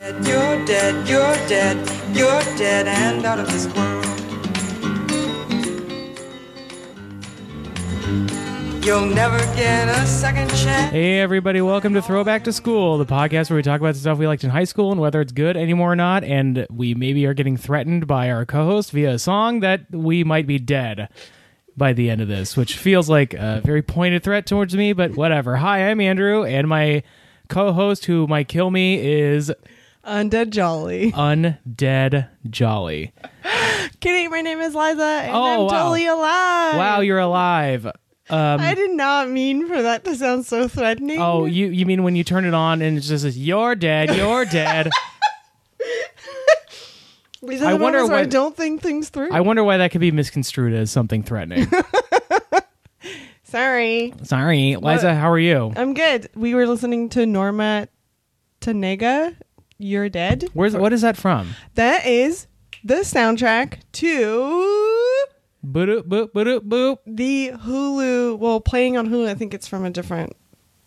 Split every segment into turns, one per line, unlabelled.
Dead, you're dead, you're dead, you're dead and out of this world. You'll never get a second chance.
Hey, everybody, welcome to Throwback to School, the podcast where we talk about the stuff we liked in high school and whether it's good anymore or not. And we maybe are getting threatened by our co host via a song that we might be dead by the end of this, which feels like a very pointed threat towards me, but whatever. Hi, I'm Andrew, and my co host who might kill me is
Undead Jolly.
Undead Jolly.
Kidding, my name is Liza, and
Oh,
I'm
wow.
totally alive.
Wow, you're alive.
I did not mean for that to sound so threatening.
Oh, you, you mean when you turn it on and it's just, this, you're dead, you're dead.
These are
I
the
wonder
moments where I
what-
don't think things through.
I wonder why that could be misconstrued as something threatening.
Sorry.
Sorry, Liza. How are you?
I'm good. We were listening to Norma Tanega, You're Dead.
Where's what is that from?
That is the soundtrack to
Boop boop boop boop.
the Hulu. Well, playing on Hulu, I think it's from a different.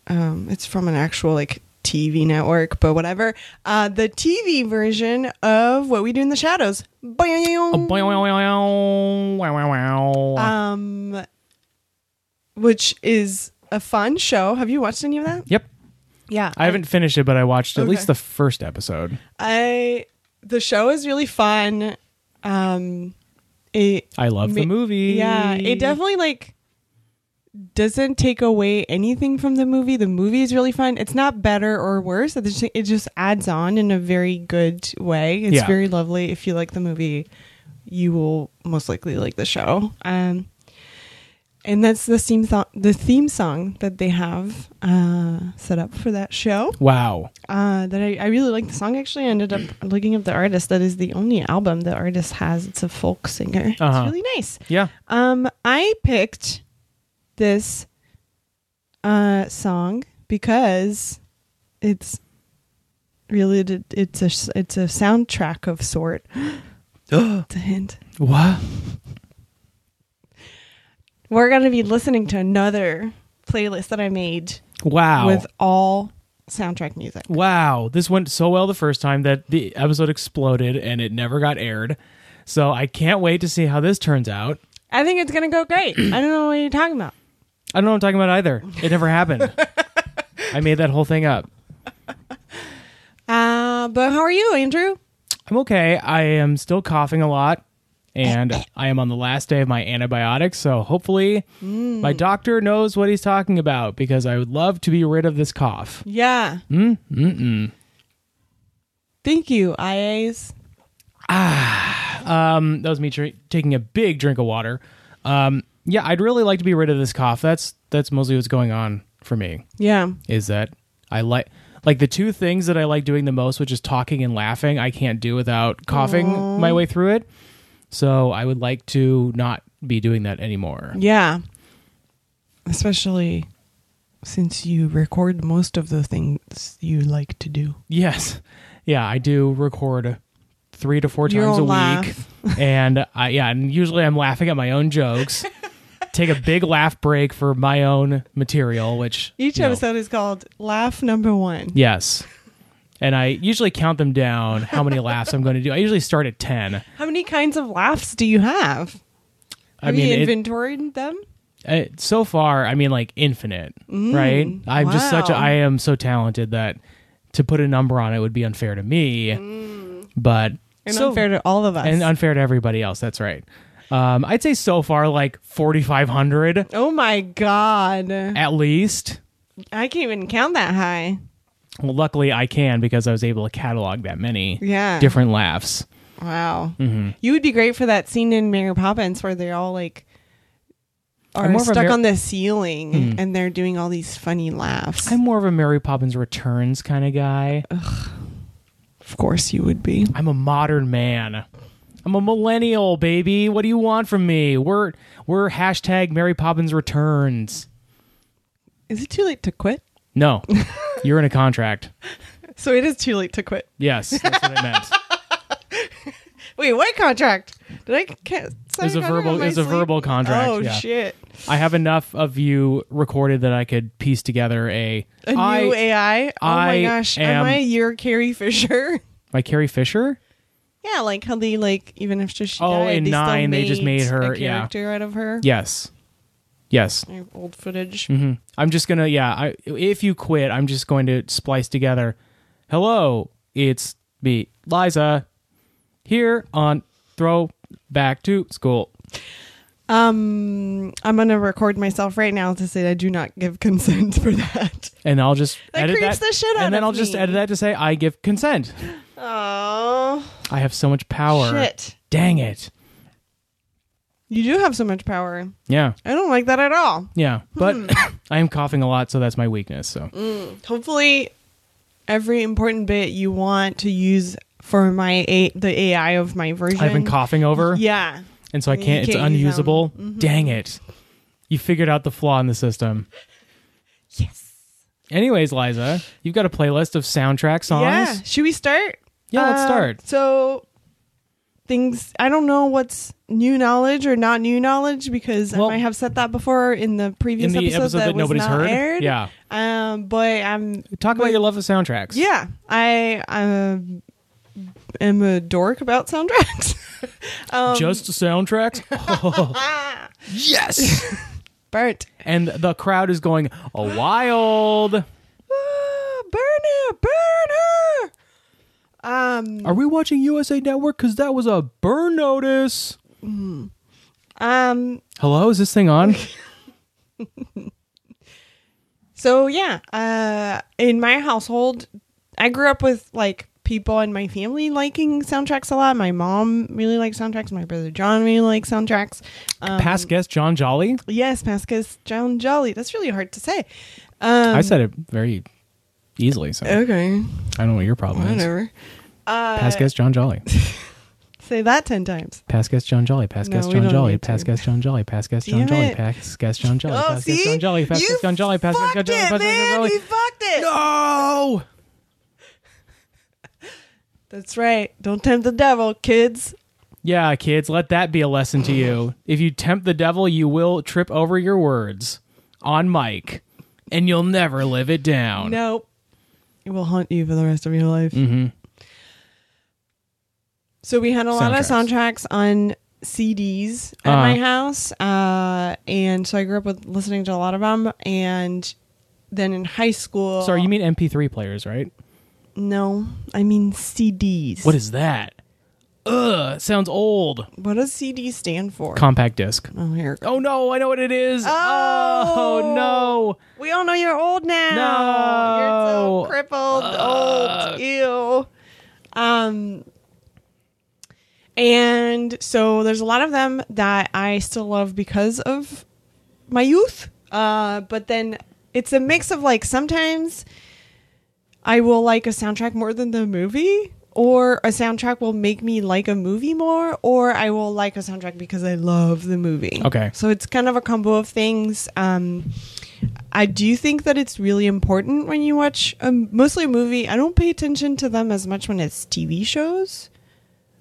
Um, it's from an actual like TV network, but whatever. Uh, the TV version of What We Do in the Shadows.
Boing,
Boing.
Oh, boing, boing, wow, wow, wow.
Um, which is a fun show. Have you watched any of that?
Yep.
Yeah,
I haven't finished it, but I watched at
Okay.
least the first episode.
I the show is really fun. Um, it
I love the
Ma-
movie.
yeah, it definitely like doesn't take away anything from the movie. The movie is really fun. It's not better or worse. It just, it just adds on in a very good way. It's
Yeah.
very lovely. If you like the movie, you will most likely like the show. Um, and that's the theme song, the theme song that they have uh, set up for that show.
Wow.
Uh, that I, I really like the song. Actually, I ended up looking up the artist. That is the only album the artist has. It's a folk singer.
Uh-huh.
It's really nice.
Yeah.
Um, I picked this uh song because it's really it's a it's a soundtrack of sort. it's a hint.
What?
We're gonna be listening to another playlist that I made
Wow.
with all soundtrack music.
wow. This went so well the first time that the episode exploded and it never got aired. So I can't wait to see how this turns out.
I think it's gonna go great. I don't know what you're talking about.
I don't know what I'm talking about either. It never happened. I made that whole thing up.
Uh, but how are you, Andrew?
I'm okay. I am still coughing a lot, and I am on the last day of my antibiotics. So hopefully, my doctor knows what he's talking about because I would love to be rid of this cough.
Yeah. Mm, mm, Thank you, IAs.
Mm, That was me tr- taking a big drink of water. Um, yeah, I'd really like to be rid of this cough. That's that's mostly what's going on for me.
Yeah.
Is that I like like the two things that I like doing the most, which is talking and laughing. I can't do without coughing my way through it. So I would like to not be doing that anymore.
Yeah. Especially since you record most of the things you like to do.
Yes. Yeah, I do record three to four
Your
times a
own
week.
laugh.
And I yeah, and usually I'm laughing at my own jokes. Take a big laugh break for my own material, which
Each
you know,
episode is called Laugh Number One.
Yes. And I usually count them down how many laughs I'm going to do. I usually start at 10.
How many kinds of laughs do you have? Have
I
you
mean, it-
inventoried them?
uh, so far, I mean, like infinite, right? I'm just such a,
Mm, wow.
I am so talented that to put a number on it would be unfair to me. But
And
so,
Mm. unfair to all of us.
and unfair to everybody else. That's right. Um, I'd say so far like 4,500
oh my God.
at least.
I can't even count that high.
Well, luckily I can because I was able to catalog that many
Yeah.
different Mm-hmm. laughs.
Wow. You would be great for that scene in Mary Poppins where they're all like
I'm
are
more of a
stuck
Mar-
on the ceiling and they're doing all these funny laughs.
I'm more of a Mary Poppins Returns kind of guy.
of course you would be.
I'm a modern man. I'm a millennial, baby. What do you want from me? We're we're hashtag Mary Poppins Returns.
Is it too late to quit?
No, you're in a contract.
So it is too late to quit.
Yes, that's what I meant.
Wait, what contract? Did I can't sign
It's a
contract
verbal-
in my
it's a
sleep?
verbal contract,
Oh
yeah.
shit.
I have enough of you recorded that I could piece together a
A new
I-
AI? Oh
I
my gosh.
am-
Am I your Carrie Fisher?
by Carrie Fisher.
Yeah, like how they like even after she
Oh,
died,
in
they still
nine, they just made her-
a
yeah.
character out of her.
Yes, yes.
Or old footage.
hmm I'm just gonna yeah. I, if you quit, I'm just going to splice together. Hello, it's me, Liza, here on Throw Back to School.
Um, I'm gonna record myself right now to say I do not give consent for that.
and I'll just
That
edit
creeps
that,
the shit out
and then
of
I'll just
me.
edit that to say I give consent.
Oh
I have so much power.
shit!
Dang it!
You do have so much power.
Yeah,
I don't like that at all.
yeah. But
Hmm.
I am coughing a lot, so that's my weakness. So
Hopefully, every important bit you want to use for my a- the AI of my version.
I've been coughing over,
Yeah.
and so I
You
can't. It's
can't use um, mm-hmm. them.
unusable. Dang it! You figured out the flaw in the system.
Yes.
Anyways, Liza, you've got a playlist of soundtrack songs.
Yeah. Should we start?
Yeah, let's
Uh,
start.
So things I don't know what's new knowledge or not new knowledge because
Well-
I might have said that before in the
In
previous
the
episode,
episode that
was
nobody's
not
heard?
aired.
Yeah.
Um but I'm
Talk about your love of soundtracks.
yeah, I um am a dork about soundtracks. um,
just soundtracks. yes.
Bert.
and the crowd is going wild.
Ah, burner, burner. Um
Are we watching USA Network? Because that was a burn notice.
um
Hello, is this thing on?
So yeah, uh, in my household, I grew up with like people in my family liking soundtracks a lot. My mom really liked soundtracks. My brother John really liked soundtracks. Um,
Past guest John Jolly.
yes, Pascas John Jolly. That's really hard to say. Um,
I said it very easily, so
okay,
I don't know what your problem is.
whatever.
Past guest John Jolly.
Say that ten times.
Past guest John Jolly. Past
No,
guest
we
John
don't
Jolly.
need to.
Past guest John Jolly. Past guest John
Damn
Jolly.
it.
Past guest John Jolly.
Oh,
Past guest
see,
John Jolly. Past
you
guest John Jolly. Past guest John
fucked
Jolly.
it,
Past guest John
man.
Jolly.
You fucked it.
No.
That's right. Don't tempt the devil, kids.
Yeah, kids, let that be a lesson to you. If you tempt the devil, you will trip over your words on mic and you'll never live it down.
Nope. It will haunt you for the rest of your life. Mm-hmm. So we had a lot of soundtracks on CDs at
Uh-huh.
my house, uh, and so I grew up with listening to a lot of them. And then in high school,
Sorry, you mean MP3 players, right?
no, I mean CDs.
What is that? Ugh, sounds old.
what does CD stand for?
Compact disc.
oh, here. it goes.
Oh no, I know what it is.
Oh.
Oh no.
We all know you're old now.
No.
You're so crippled, old. Ew. Um and so there's a lot of them that I still love because of my youth. Uh but then it's a mix of like sometimes I will like a soundtrack more than the movie or a soundtrack will make me like a movie more or I will like a soundtrack because I love the movie.
Okay.
So it's kind of a combo of things. Um, I do think that it's really important when you watch a, mostly a movie. I don't pay attention to them as much when it's TV shows.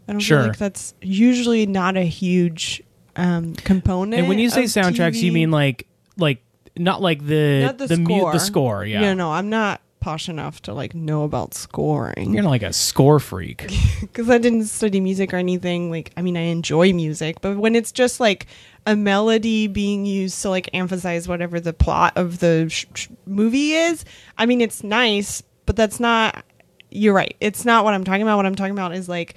I don't
Sure.
feel like that's usually not a huge um, component.
And when you say
of
soundtracks, you
TV.
mean like like not like the
not the,
mu-
score?
the score, yeah.
No, no, I'm not posh enough to like know about scoring.
You're not like a score freak.
because I didn't study music or anything. Like, I mean, I enjoy music, but when it's just like a melody being used to like emphasize whatever the plot of the sh- sh- movie is, I mean, it's nice, but that's not. You're right. It's not what I'm talking about. What I'm talking about is like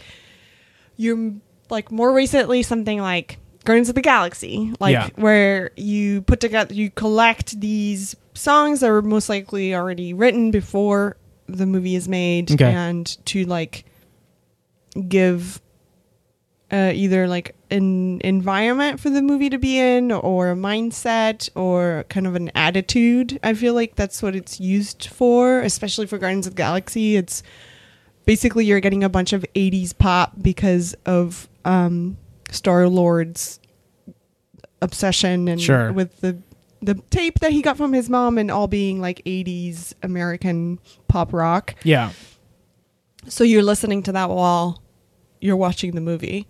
you're like more recently something like Guardians of the Galaxy, like
Yeah.
where you put together, you collect these songs that were most likely already written before the movie is made,
Okay.
and to like give uh, either like an environment for the movie to be in or a mindset or kind of an attitude. I feel like that's what it's used for, especially for Guardians of the Galaxy. It's basically you're getting a bunch of 80s pop because of um, Star Lord's obsession and
Sure.
with the the tape that he got from his mom and all being like 80s American pop rock.
Yeah.
So you're listening to that while you're watching the movie.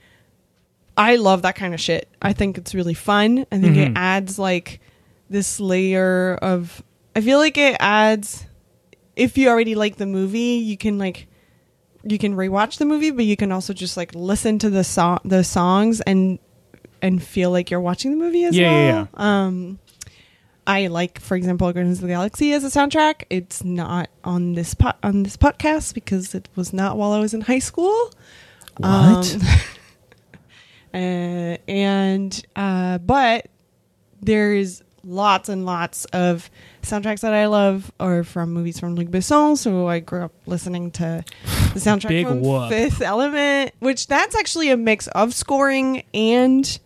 I love that kind of shit. I think it's really fun. I think
Mm-hmm.
it adds like this layer of I feel like it adds if you already like the movie, you can like you can rewatch the movie, but you can also just like listen to the song, the songs, and and feel like you're watching the movie as
Yeah,
well.
yeah,
Um, I like, for example, Guardians of the Galaxy as a soundtrack. It's not on this po- on this podcast because it was not while I was in high school.
What?
um, uh, and uh, but there's lots and lots of soundtracks that I love are from movies from Luc Besson. So I grew up listening to the soundtrack
Big
from
whoop.
Fifth Element, which that's actually a mix of scoring and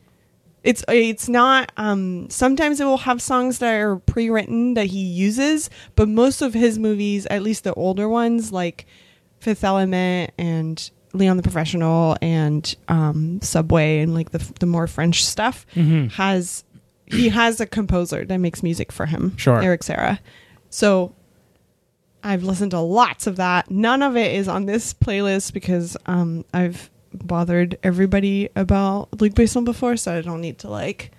it's it's not. Um, sometimes it will have songs that are pre-written that he uses, but most of his movies, at least the older ones, like Fifth Element and Leon the Professional and um, Subway and like the the more French stuff, has he has a composer that makes music for him,
Sure.
Eric Serra. So I've listened to lots of that. None of it is on this playlist because um, I've bothered everybody about Luke Besson before, so I don't need to like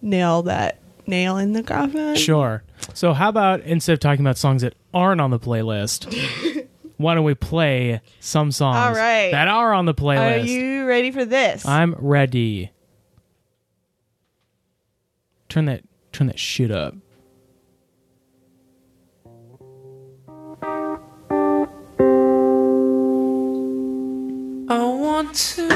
nail that nail in the coffin.
Sure. So how about instead of talking about songs that aren't on the playlist, why don't we play some songs
All right.
that are on the
Are
playlist?
you ready for this?
I'm ready. Turn that turn that shit up.
I want to.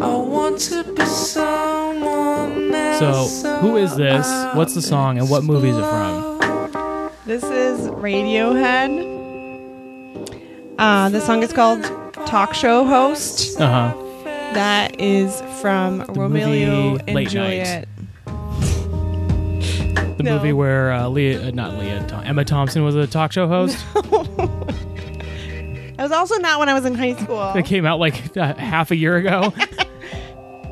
I want to be someone
So, who is this? What's
Uh,
the song and what movie is it from?
this is Radiohead. Uh, the song is called "Talk Show Host."
Uh huh.
That is from Romeo
movie Late
and
Night.
Juliet.
The
No.
movie where uh, Leah, uh, not Leah, Tom, Emma Thompson was a talk show host.
That was also not when I was in high school.
That came out like uh, half a year ago.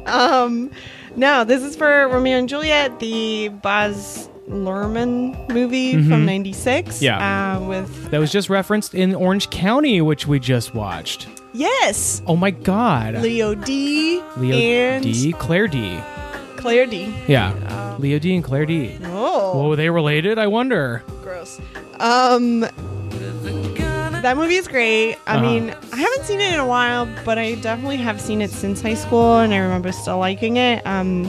Um, no, this is for Romeo and Juliet, the Baz Luhrmann movie from '96.
Mm-hmm. Yeah.
uh, with
that was just referenced in Orange County, which we just watched.
yes,
Oh my god.
Leo D.
Leo
and
D, Claire D.
Claire D.
Yeah. Leo D and Claire D.
Oh,
Oh, were they related? I wonder.
gross. Um, that movie is great. I
Uh-huh.
mean, I haven't seen it in a while, but I definitely have seen it since high school, and I remember still liking it. Um,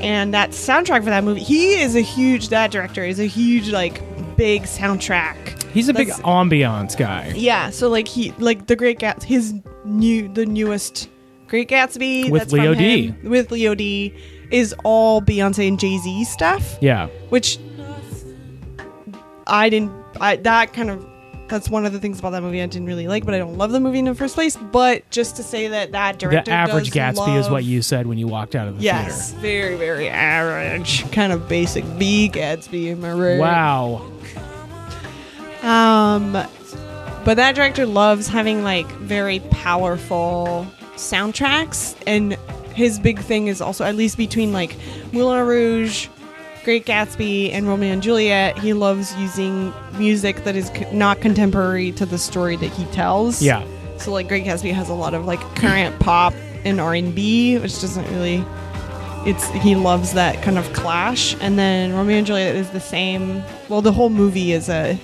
and that soundtrack for that movie, he is a huge. That director is a huge, like, big soundtrack.
He's a big
That's-
ambiance guy.
Yeah, so like he like the Great Gats his new the newest Great Gatsby
With
from
Leo D.
him, with Leo D is all Beyonce and Jay Z stuff,
Yeah.
which I didn't. I that kind of that's one of the things about that movie I didn't really like, but I don't love the movie in the first place. But just to say that that
The
director,
average Gatsby
does
is what
love-
you said when you walked out of the
Yes, very very average, kind of basic B Gatsby. Am I right?
theater. Wow.
Um, but that director loves having like very powerful soundtracks, and his big thing is also at least between like Moulin Rouge, Great Gatsby, and Romeo and Juliet. He loves using music that is c- not contemporary to the story that he tells.
Yeah.
So like Great Gatsby has a lot of like current pop and R and B, which doesn't really. It's he loves that kind of clash, and then Romeo and Juliet is the same. Well, the whole movie is a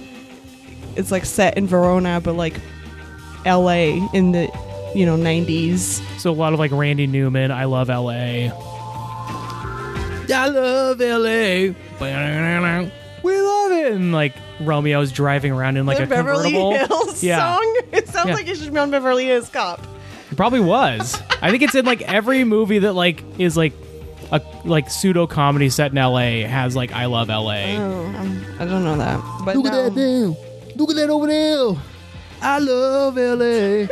it's like set in Verona, but like L.A. in the you know '90s.
So a lot of like Randy Newman, I love LA. I love LA. We love it. And like Romeo's driving around in like a
the Beverly
convertible.
Hills
yeah.
song. It sounds
Yeah.
like it should be on Beverly Hills Cop.
It probably was. I think it's in like every movie that like is like a like pseudo comedy set in LA has like I love LA.
Oh, um, I don't know that. But
Look
no.
at that damn. Look at that over there. I love LA.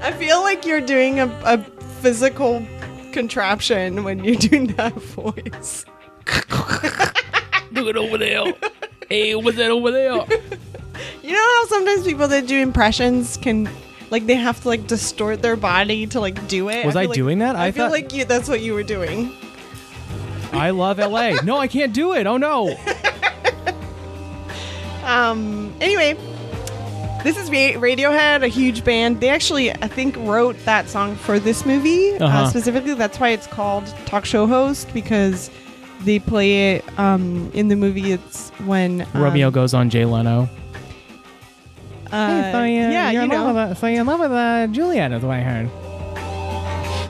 I feel like you're doing a, a physical contraption when you're doing that voice.
Look at over there. hey, what's that over there?
You know how sometimes people that do impressions can. Like they have to like distort their body to like do it.
Was I
feel like-
doing that?
I,
I
feel
thought-
like you, that's what you were doing.
I love LA. No, I can't do it. Oh no.
Um, anyway, this is Ra- Radiohead, a huge band. They actually, I think, wrote that song for this movie uh
Uh-huh.
specifically. That's why it's called Talk Show Host because they play it um, in the movie. It's when um,
Romeo goes on Jay Leno.
Uh, yeah, you know.
with, so you're in love with uh, Juliet, is what I heard.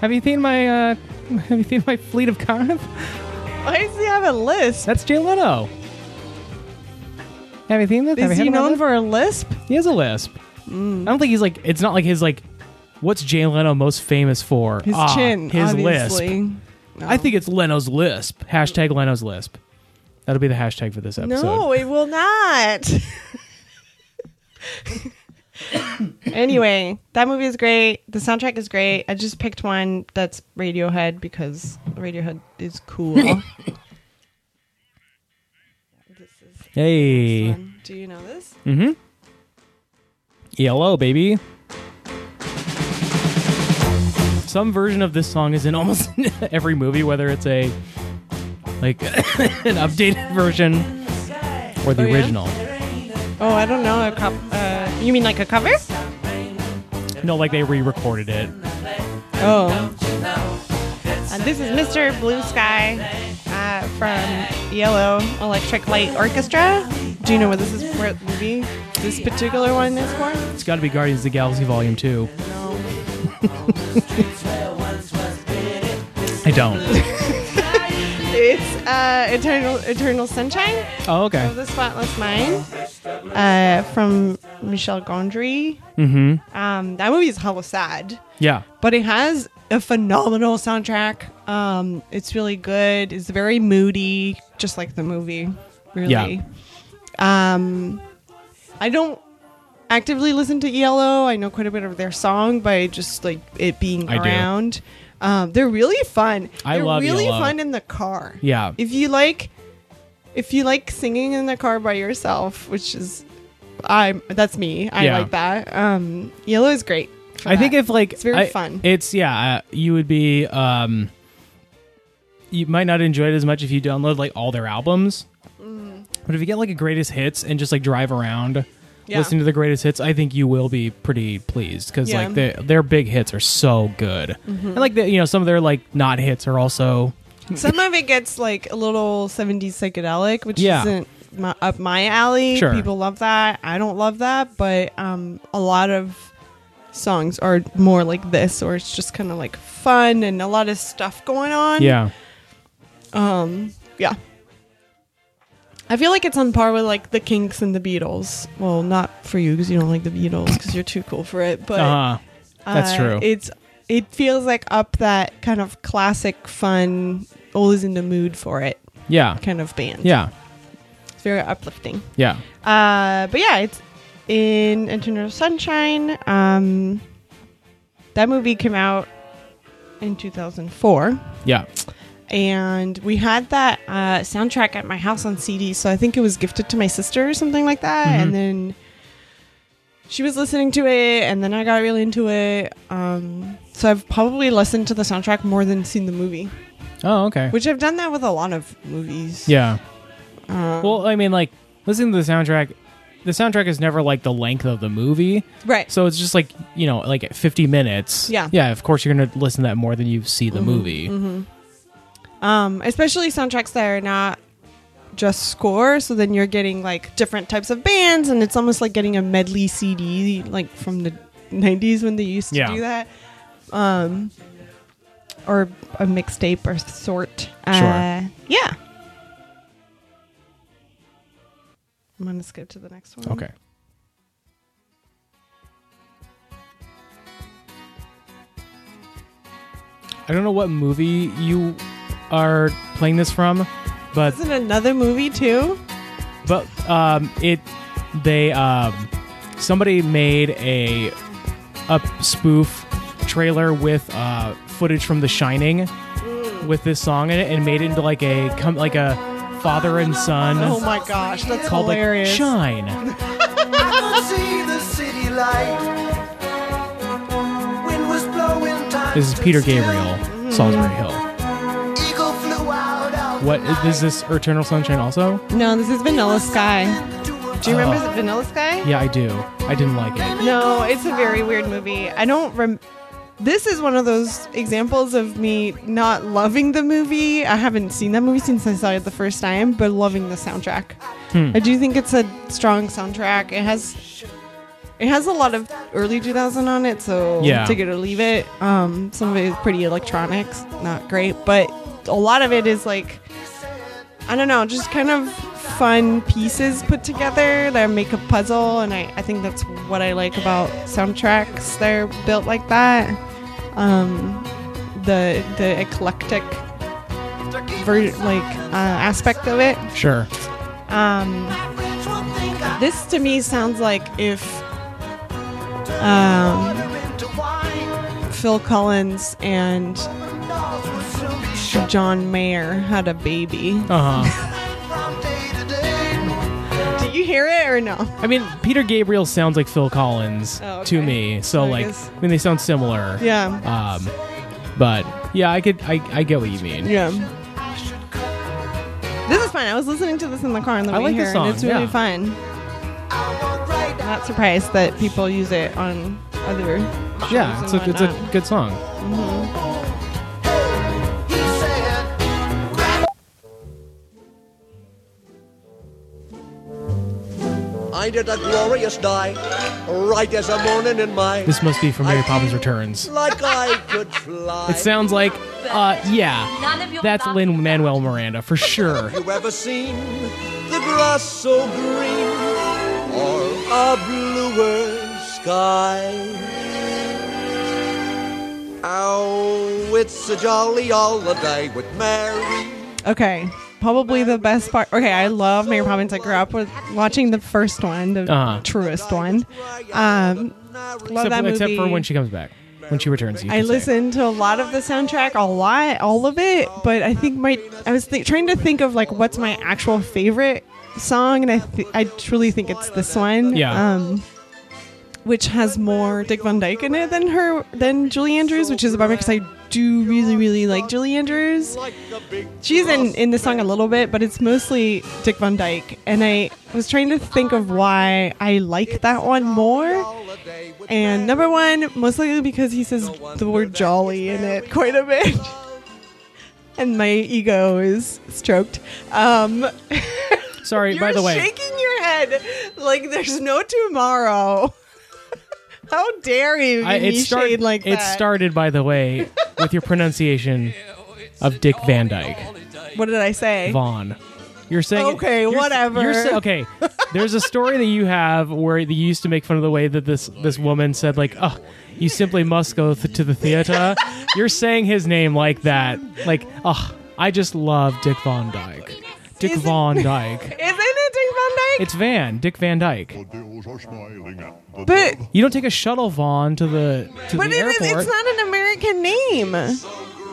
Have you seen my uh, Have you seen my fleet of cars?
Why does he have a lisp?
That's Jay Leno. Have you seen this? Have
Is
you
he
heard about
known
this?
for Mm. a lisp?
He has a lisp. I don't think he's like. It's not like his like. What's Jay Leno most famous for?
His
Ah,
chin,
His lisp.
obviously. No.
I think it's Leno's lisp. Hashtag Leno's lisp. That'll be the hashtag for this episode.
No, it will not. anyway, that movie is great. The soundtrack is great. I just picked one that's Radiohead because Radiohead is cool. this is this
Hey,
one. Do you know this?
yellow baby. Some version of this song is in almost every movie, whether it's a like an updated version or the
Oh, yeah?
original.
Oh, I don't know. A cop- uh, you mean like a cover?
No, like they re-recorded it.
Oh. Uh, this is Mr. Blue Sky uh, from Yellow Electric Light Orchestra. Do you know what this is for? Movie? This particular one is for?
It's got to be Guardians of the Galaxy Volume Two. I don't.
It's uh, Eternal Eternal Sunshine
Oh, okay.
of the Spotless Mind uh, from Michel Gondry. Mm-hmm. Um, that movie is hella sad,
Yeah.
but it has a phenomenal soundtrack. Um, it's really good. It's very moody, just like the movie. Really. Um, I don't actively listen to ELO. I know quite a bit of their song by just like it being
I do.
around. Um, they're really fun.
I
they're
love
really
ELO.
fun in the car.
Yeah.
If you like, if you like singing in the car by yourself, which is, I'm that's me. I
Yeah.
like that. Um, ELO is great. for
I think
that.
if like
It's very
I-
fun.
It's yeah, uh, you would be um you might not enjoy it as much if you download like all their albums.
Mm.
But if you get like a greatest hits and just like drive around
Yeah.
listening to the greatest hits, I think you will be pretty pleased cuz
Yeah. Mm-hmm.
like their their big hits are so good. And like the, you know some of their like not hits are also
Some of it gets like a little 70s psychedelic, which
Yeah.
isn't my, up my alley.
Sure.
People love that. I don't love that, but um, a lot of songs are more like this, or it's just kind of like fun and a lot of stuff going on.
yeah.
Um, yeah. I feel like it's on par with like the Kinks and the Beatles. Well, not for you because you don't like the Beatles because you're too cool for it. But
Uh-huh. That's
uh,
true.
It's it feels like up that kind of classic fun, always in the mood for it
Yeah.
kind of band.
Yeah.
It's very uplifting.
Yeah.
Uh, but yeah, it's in Eternal Sunshine. Um, that movie came out in 2004,
Yeah.
and we had that uh, soundtrack at my house on CD. So I think it was gifted to my sister or something like that,
Mhm.
and then she was listening to it, and then I got really into it. Um, so I've probably listened to the soundtrack more than seen the movie,
Oh, okay.
which I've done that with a lot of movies.
Yeah.
Um,
Well, I mean, like listening to the soundtrack, the soundtrack is never like the length of the movie,
right.
so it's just like you know, like at fifty minutes.
Yeah.
yeah. Of course, you're gonna listen to that more than you see the movie.
um, especially soundtracks that are not just score. So then you're getting like different types of bands, and it's almost like getting a medley CD, like from the '90s when they used to
Yeah.
do that, um, or a mixtape or sort. Uh,
Sure.
yeah. I'm gonna skip to the next one.
Okay. I don't know what movie you are playing this from, but
Isn't another movie too?
but um, it they um, somebody made a a spoof trailer with uh, footage from The Shining
Mm.
with this song in it, and made it into like a com- like a father and son
Oh my gosh, that's
called
hilarious.
like Shine.
see the city light. Wind was blowing time
This is
stood
Peter
still.
Gabriel,
Mm.
Salisbury Hill.
Eagle flew out of
What
the night
is this? Eternal Sunshine also?
no, this is Vanilla Sky.
into a
Do you remember
Oh.
Vanilla Sky?
Yeah, I do. I didn't like it.
No, it's a very weird movie. I don't rem- This is one of those examples of me not loving the movie. I haven't seen that movie since I saw it the first time, but loving the soundtrack. I do think it's a strong soundtrack. It has it has a lot of early 2000 on it, so
Yeah.
take it or leave it. Um, some of it is pretty electronics, not great, but a lot of it is like I don't know, just kind of fun pieces put together that make a puzzle, and I, I think that's what I like about soundtracks. They're built like that. Um, the the eclectic ver- like uh, aspect of it.
Sure.
Um, this to me sounds like if um, Phil Collins and John Mayer had a baby.
Uh huh.
Do you hear it or no?
I mean, Peter Gabriel sounds like Phil Collins
Oh, okay.
to me. So
I
like,
guess-
I mean, they sound similar.
Yeah.
Um, but yeah, I could, I, I get what you mean.
Yeah. This is fun. I was listening to this in the car on the
I
way
like
here,
this
and
song,
it's really
yeah.
fun. Not surprised that people use it on other.
Yeah, it's
shows
a,
and
it's a
whatnot.
good song.
I did a glorious die, right as a morning in my.
This must be from Mary Poppins Returns.
Like I could fly.
It sounds like, uh, yeah,
None of your
that's
thoughts-
Lin Manuel Miranda for sure.
you ever seen the grass so green or a bluer sky? Oh, it's a jolly holiday with Mary.
Okay, probably the best part. Okay, I love Mary Poppins. I grew up with watching the first one, the
Uh-huh.
truest one. Um, love that
except,
movie.
except for when she comes back, when she returns. You
I
could say.
listened to a lot of the soundtrack, a lot, all of it. But I think my I was th- trying to think of like what's my actual favorite song, and I th- I truly think it's this one.
Yeah.
Um, which has more Dick Van Dyke in it than her than Julie Andrews, which is a bummer because I do really really like Julie Andrews. She's in in the song a little bit, but it's mostly Dick Van Dyke, and I was trying to think of why I like that one more. And number one, most likely because he says the word jolly in it quite a bit. And my ego is stroked. Um,
Sorry,
you're
by the way,
shaking your head like there's no tomorrow. How dare you give
I,
me
it started
shade like
it
that?
started by the way with your pronunciation of Dick Van Dyke
what did I say?
Vaughn. You're saying
Okay,
you're-
whatever.
You're sa- okay. There's a story that you have where you used to make fun of the way that this this woman said like, "Oh, you simply must go th- to the theater." you're saying his name like that, like, "Oh, I just love Dick Von Dyke." Dick
Isn't-
Von Dyke.
Isn't it Dick
It's Van, Dick Van Dyke.
Van Dyke? But
You don't take a shuttle Vaughn to the to
but
the
it is,
airport.
it's not an American name.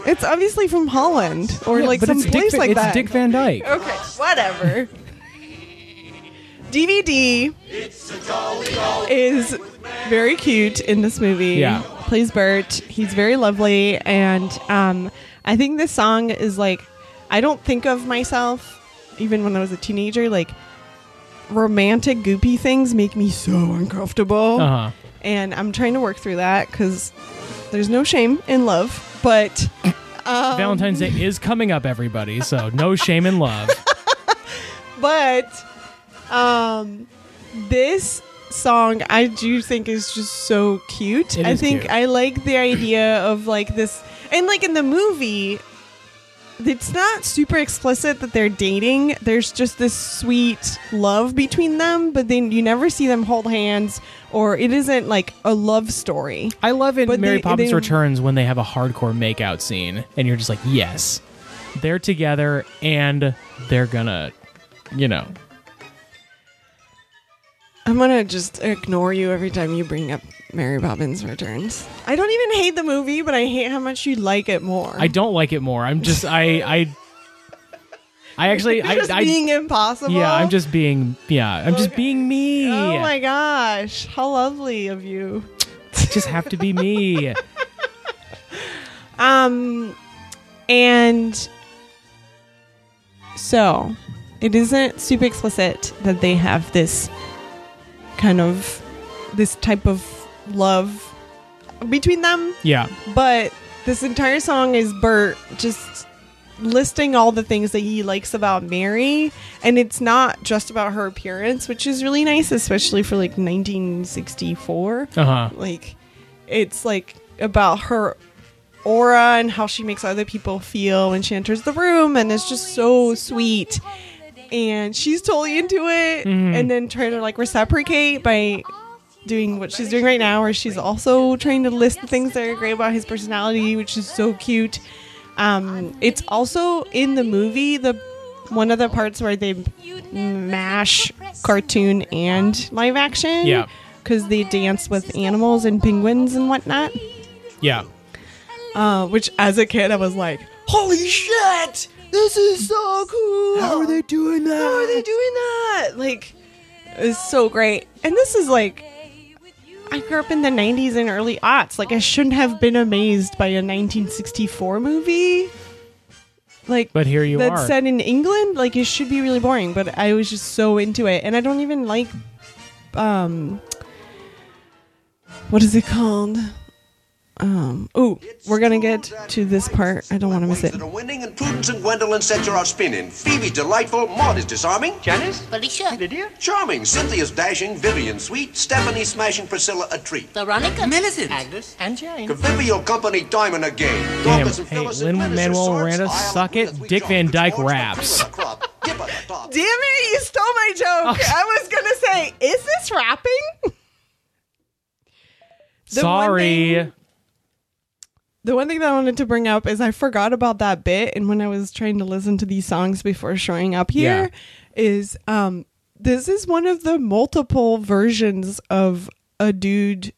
It's obviously from Holland or
Yeah,
like
but
some
it's Dick,
place
Van-
like
it's
that.
Dick Van Dyke.
Okay, whatever. DVD is very cute in this movie.
Yeah.
Plays Bert. He's very lovely. And um, I think this song is like, I don't think of myself, even when I was a teenager, like romantic, goopy things make me so uncomfortable
Uh huh.
and I'm trying to work through that because there's no shame in love. But
Valentine's Day is coming up, everybody. So no shame in love.
but um, this song I do think is just so cute.
It
I
is
think
cute.
I like the idea of like this, and like in the movie. It's not super explicit that they're dating. There's just this sweet love between them, but then you never see them hold hands, or it isn't like a love story.
I love in
But
Mary
they-
Poppins
they-
Returns when they have a hardcore makeout scene, and you're just like, yes, they're together, and they're gonna, you know,
I'm gonna just ignore you every time you bring up Mary Poppins Returns. I don't even hate the movie, but I hate how much you like it more.
I don't like it more. I'm just, I, I, I actually,
You're
I,
just
I,
being impossible.
yeah, I'm just being, yeah, I'm just being me.
Oh my gosh, how lovely of you.
I just have to be me.
Um, and so it isn't super explicit that they have this kind of this type of love between them,
Yeah.
but this entire song is Bert just listing all the things that he likes about Mary and it's not just about her appearance, which is really nice especially for like 1964.
Uh huh.
Like it's like about her aura and how she makes other people feel when she enters the room and it's just so sweet. And she's totally into it and then trying to like reciprocate by doing what she's doing right now, where she's also trying to list the things that are great about his personality, which is so cute. Um, it's also in the movie the one of the parts where they mash cartoon and live action.
Yeah.
Because they dance with animals and penguins and whatnot.
Yeah.
Uh, which, as a kid, I was like, "Holy shit! This is so cool!
How are they doing that?
How are they doing that? Like, it's so great. And this is like, I grew up in the 90s and early aughts. Like, I shouldn't have been amazed by a 1964 movie. Like,
But here you
that's
are.
set in England. Like, it should be really boring, but I was just so into it. And I don't even like, um, what is it called? Um, oh, we're gonna get to this part. I don't want to miss it.
That are winning, and Prudence and Gwendolyn set you out spinning. Phoebe's delightful, Maud is disarming,
Janice?
Felicia,
Lydia?
charming, Cynthia's dashing, Vivian sweet, Stephanie smashing, Priscilla a treat.
Veronica,
Millicent? Agnes? And Jane?
Convivial company diamond again.
Damn.
Dorcas and
Hey,
Phyllis and
Lin-
Glennis are
Manuel
sorts.
Miranda,
Isle of
suck it.
Willis, we
Dick
jump.
Van
It's
Dyke
George, the
raps.
cream of the crop. Dip on the top.
Damn it, you stole my joke.
Oh.
I was going to say, is this rapping? The one
Sorry.
thing- The one thing that I wanted to bring up is I forgot about that bit. And when I was trying to listen to these songs before showing up here, is um, this is one of the multiple versions of a dude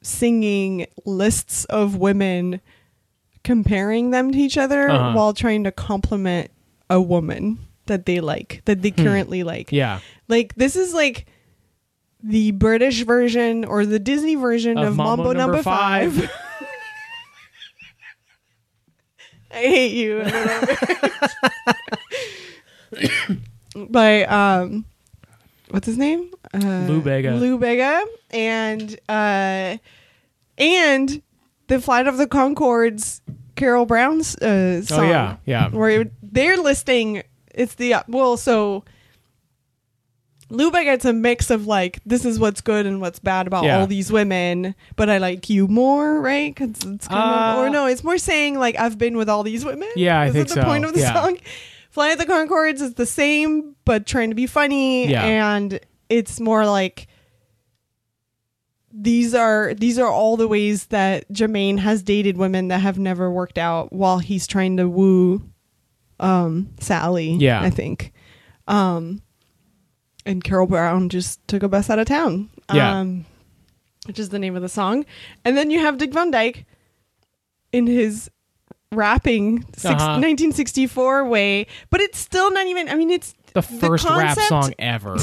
singing lists of women, comparing them to each other
Uh-huh.
while trying to compliment a woman that they like, that
Hmm.
they currently like.
yeah.
Like this is like the British version or the Disney version
Of
of,
Mambo
Mambo,
Number
Number, Five. I hate you. I don't know. By um, what's his name? Uh,
Lou Bega.
Lou Bega and uh, and the Flight of the Concords, Carol Brown's uh, song.
Oh, yeah, yeah.
Where it- they're listing it's the uh, well, so Lou Bega it's a mix of like this is what's good and what's bad about
Yeah.
all these women, but I like you more, right? 'Cause it's kind
Uh,
of or no, it's more saying like I've been with all these women.
Yeah, I
is
think
that the
so.
point of the
Yeah.
song? Flight of the Concords is the same, but trying to be funny,
Yeah.
and it's more like these are these are all the ways that Jermaine has dated women that have never worked out while he's trying to woo um Sally.
Yeah.
I think. Um and Carol Brown just took a bus out of town.
Yeah.
Um which is the name of the song. And then you have Dick Van Dyke in his rapping six,
Uh-huh.
1964 way, but it's still not even I mean it's
The first rap
concept-
song ever.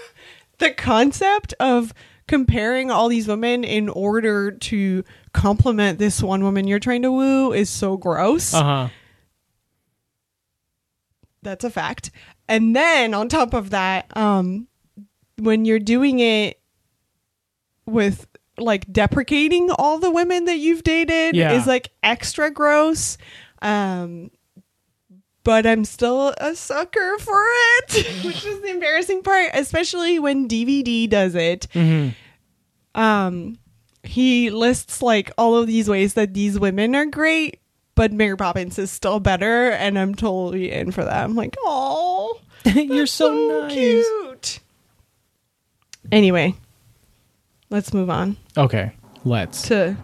the concept of comparing all these women in order to compliment this one woman you're trying to woo is so gross.
Uh huh.
That's a fact. And then on top of that, um, when you're doing it with like deprecating all the women that you've dated
Yeah.
is like extra gross. Um, but I'm still a sucker for it, which is the embarrassing part, especially when DVD does it. Um, he lists like all of these ways that these women are great, but Mary Poppins is still better, and I'm totally in for that. I'm like, oh,
You're so, nice.
cute. Anyway, let's move on
Okay. Let's.
to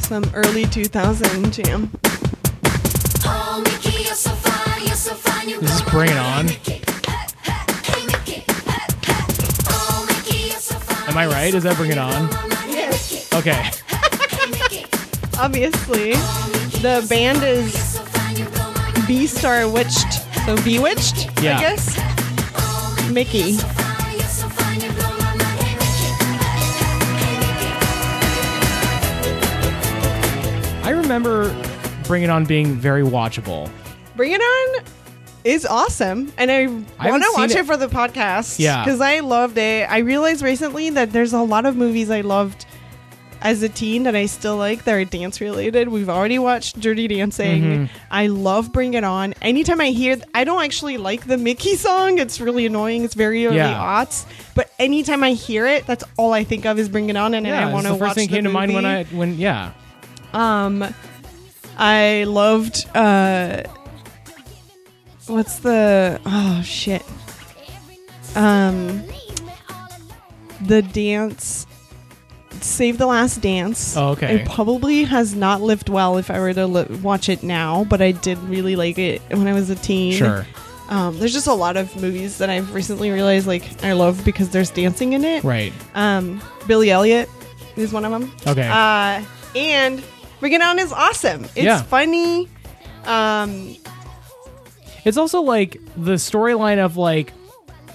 some early 2000 jam.
Oh, Mickey, you're so fine, you're so fine, you
This is
go
Bring It
on.
On.
Mickey, huh, huh, hey, Mickey, huh, huh. Oh, Mickey, you're so fine,
Am I
you're
right?
so
Is that Bring It
fine, you
On?
go Hey, Mickey,
Okay.
hey, Mickey.
Obviously,
Oh, Mickey,
the band
you're
is
so fine, you go on.
B Star Witched, so Bewitched,
Yeah.
I guess.
Oh, Mickey,
Mickey.
you're so fine, you're so fine, you go on. Hey, Mickey, huh, huh, hey, Mickey.
I remember Bring It On being very watchable.
Bring It On is awesome, and I
I
want
haven't
to
seen
watch
it.
it. for the podcast.
Yeah.
because I loved it. I realized recently that there's a lot of movies I loved as a teen that I still like that are dance related. We've already watched Dirty Dancing.
Mm-hmm.
I love Bring It On. Anytime I hear, I don't actually like the Mickey song. It's really annoying. It's very early
Yeah.
aughts. But anytime I hear it, that's all I think of is Bring It On, and
yeah,
I
it's
want to
the first
watch
thing
the
came to mind when
movie.
I when yeah.
Um, I loved. Uh, what's the oh shit? Um, the dance. Save the Last Dance.
Oh, okay.
It probably has not lived well if I were to li- watch it now, but I did really like it when I was a teen.
Sure.
Um, there's just a lot of movies that I've recently realized like I love because there's dancing in it.
Right. Oh.
Um, Billy Elliot is one of them.
Okay.
Uh, and Bring It On is awesome. It's
Yeah.
funny. Um,
It's also like the storyline of like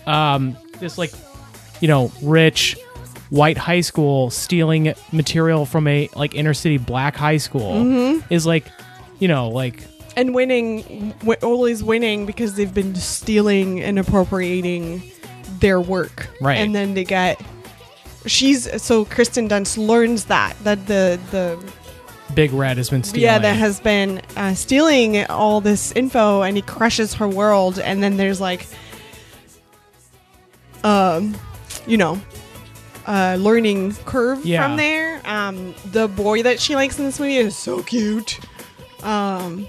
um this like you know, rich white high school stealing material from a like inner city black high school
Mm-hmm.
is like you know, like
and winning, w- always winning because they've been stealing and appropriating their work.
Right.
And then they get. She's so Kristen Dunst learns that that the the
Big Red has been stealing.
yeah that has been uh, stealing all this info and he crushes her world and then there's like um you know uh, learning curve
Yeah.
from there um the boy that she likes in this movie is so cute um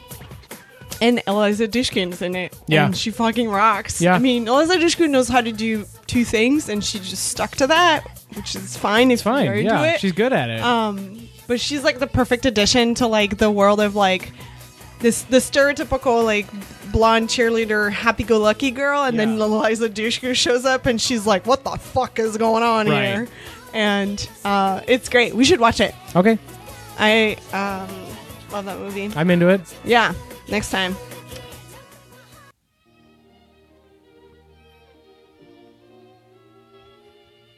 and Eliza Dushkin's in it.
Yeah.
And she fucking rocks.
Yeah.
I mean, Eliza Dushkin knows how to do two things and she just stuck to that, which is fine if
it's fine.
you already do
yeah,
it
she's good at it.
um but she's like the perfect addition to like the world of like this the stereotypical like blonde cheerleader happy-go-lucky girl and then
Yeah.
eliza dushku shows up and she's like what the fuck is going on
Right.
here and uh it's great we should watch it
okay,
i um love that movie
I'm into it.
yeah next time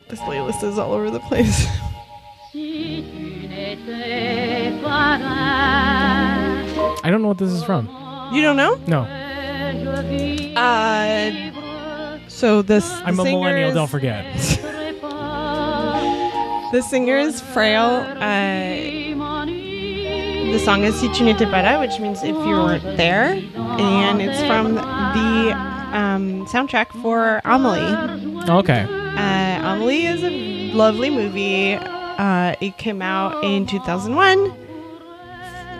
this playlist is all over the place
Si tu n'étais pas là,
I don't know what this is from.
you don't know
No,
je vivre
uh So this
I'm
the
a
singer
millennial.
Is,
Don't forget.
pas,
The singer is frail. Uh,
tu m'ennuies.
the song is Si tu n'étais pas là, which means if you weren't there, and it's from the um, soundtrack for Amelie.
Okay,
Uh, Amelie is a lovely movie. Uh, it came out in 2001.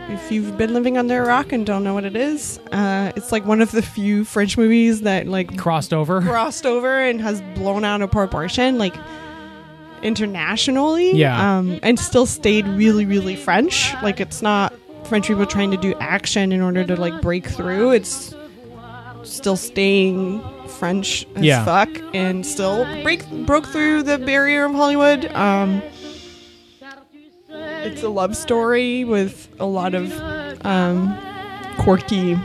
If you've been living under a rock and don't know what it is, uh, it's like one of the few French movies that like
crossed over.
crossed over and has blown out of proportion, like internationally.
Yeah.
Um, and still stayed really, really French. Like it's not French people trying to do action in order to like break through. It's still staying French as
Yeah.
fuck and still break broke through the barrier of Hollywood. Um, it's a love story with a lot of um, quirky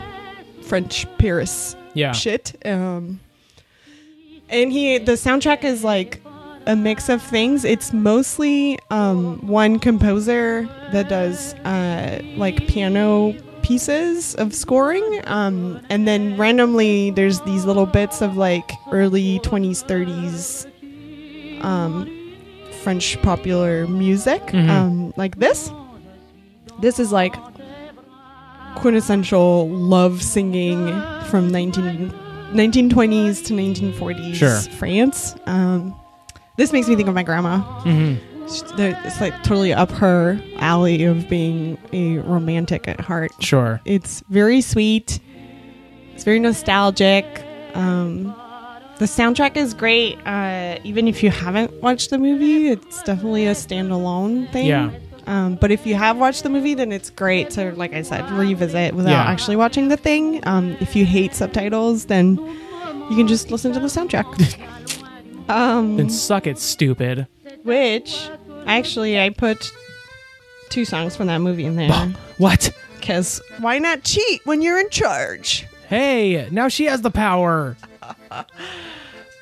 French Paris
yeah,
shit. Um, and he the soundtrack is like a mix of things. It's mostly um, one composer that does uh, like piano pieces of scoring, um, and then randomly there's these little bits of like early 20s, 30s um, French popular music, um, like this. This is like quintessential love singing from 19, 1920s to 1940s
Sure.
France. Um, this makes me think of my grandma.
Mm-hmm.
She- there- It's like totally up her alley of being a romantic at heart.
sure.
It's very sweet. It's very nostalgic. Um, the soundtrack is great. Uh, even if you haven't watched the movie, it's definitely a standalone thing.
Yeah.
Um, but if you have watched the movie, then it's great to, like I said, revisit without
Yeah.
actually watching the thing. Um, if you hate subtitles, then you can just listen to the soundtrack. um,
Then suck it, stupid.
which actually, I put two songs from that movie in there.
What?
Because why not cheat when you're in charge?
Hey, now she has the power.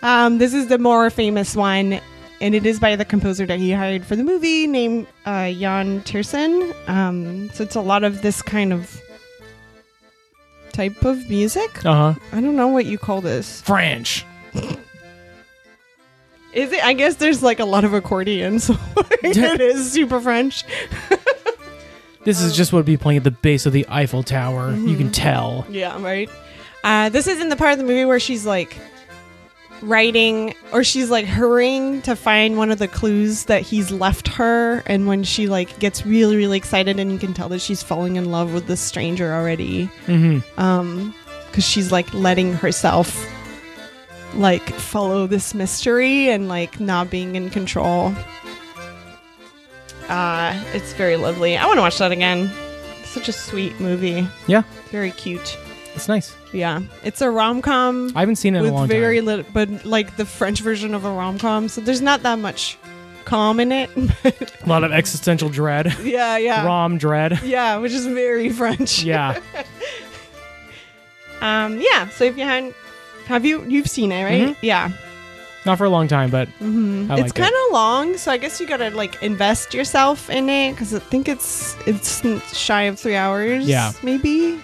Um, this is the more famous one, and it is by the composer that he hired for the movie, named uh, Jan Tiersen. Um, so it's a lot of this kind of type of music.
Uh huh.
I don't know what you call this.
French.
Is it? I guess there's like a lot of accordion, so it is super French.
This is just what would be playing at the base of the Eiffel Tower. You can tell.
Yeah, right. Uh, this is in the part of the movie where she's like writing or she's like hurrying to find one of the clues that he's left her and when she like gets really really excited and you can tell that she's falling in love with this stranger already mm-hmm. because she's like letting herself like follow this mystery and like not being in control uh it's very lovely i want to watch that again such a sweet movie
Yeah,
very cute
it's nice.
yeah, it's a rom com
I haven't seen it in a long
with very
time.
little, but like the French version of a rom com. So there's not that much calm in it.
A lot of existential dread,
yeah, yeah,
rom dread.
yeah, which is very French.
Yeah,
um, yeah. So if you hadn't, have you? You've seen it, right? Yeah,
not for a long time, but Mm-hmm. I
it's
like
kind
it.
of long, so I guess you gotta like invest yourself in it because I think it's it's shy of three hours.
Yeah.
maybe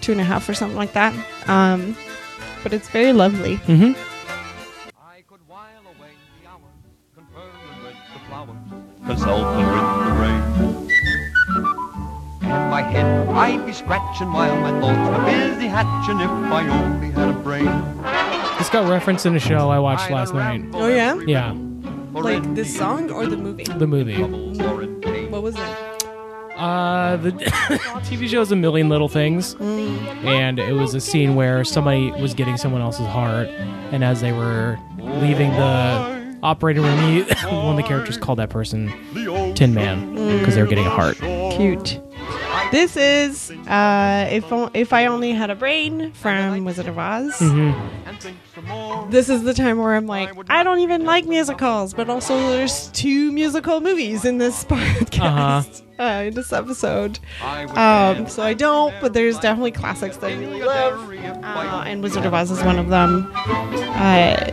two and a half or something like that. Um, but it's very lovely.
Mm.
I could while away the hours, conferring with the flowers, consulting with the rain. In my head, I'd be scratching while my thoughts were busy hatching if I only had a brain.
This got referenced in a show I watched
I'd
last night.
unravel
Oh, yeah?
every
Yeah,
or
Like
in
this
the
song or the movie?
the movie.
troubles or in pain.
What was it?
Uh, the TV show is A Million Little Things, and it was a scene where somebody was getting someone else's heart, and as they were leaving the operating room, he, one of the characters called that person Tin Man because they were getting a heart.
Cute. This is uh, if o- if I only had a brain from Wizard of Oz. This is the time where I'm like, I don't even like musicals, but also there's two musical movies in this podcast, uh in this episode. Um, so I don't, but there's definitely classics that I really love, uh, and Wizard of Oz is one of them. Uh,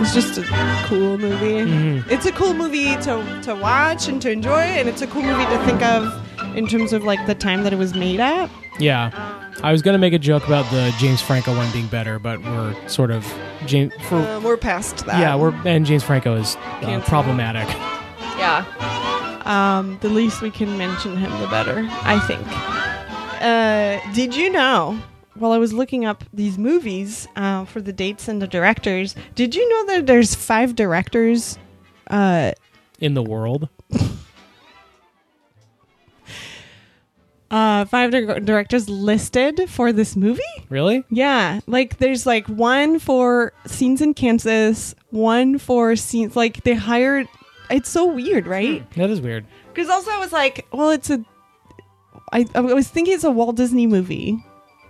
it's just a cool movie.
Mm-hmm.
It's a cool movie to, to watch and to enjoy, and it's a cool movie to think of in terms of like the time that it was made at.
Yeah. I was gonna make a joke about the James Franco one being better, but we're sort of James. For,
Um, we're past that.
yeah, we're and James Franco is uh,
Cancel.
problematic.
Yeah. Um, the least we can mention him, the better, I think. Uh, did you know, while I was looking up these movies uh, for the dates and the directors, did you know that there's five directors? Uh,
in the world.
uh, five dir- directors listed for this movie?
Really?
Yeah, like there's like one for scenes in Kansas, one for scenes like they hired. It's so weird, right?
That is weird.
Because also I was like, well, it's a. I, I was thinking it's a Walt Disney movie,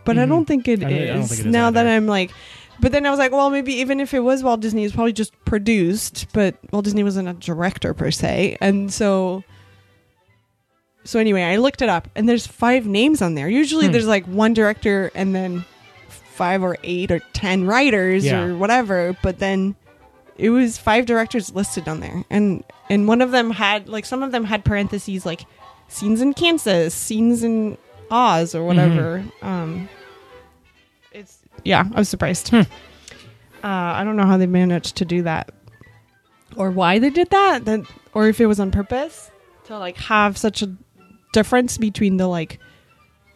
but I don't think it is.
Mm-hmm. I don't- I don't think it is
now that
either.
I'm like, but then I was like, well, maybe even if it was Walt Disney, it's probably just produced. But Walt Disney wasn't a director per se, and so. So anyway, I looked it up, and there's five names on there. Usually, there's like one director, and then five or eight or ten writers
Yeah.
or whatever. But then it was five directors listed on there and and one of them had like some of them had parentheses like scenes in kansas scenes in oz or whatever um it's yeah i was surprised uh, i don't know how they managed to do that or why they did that that or if it was on purpose to like have such a difference between the like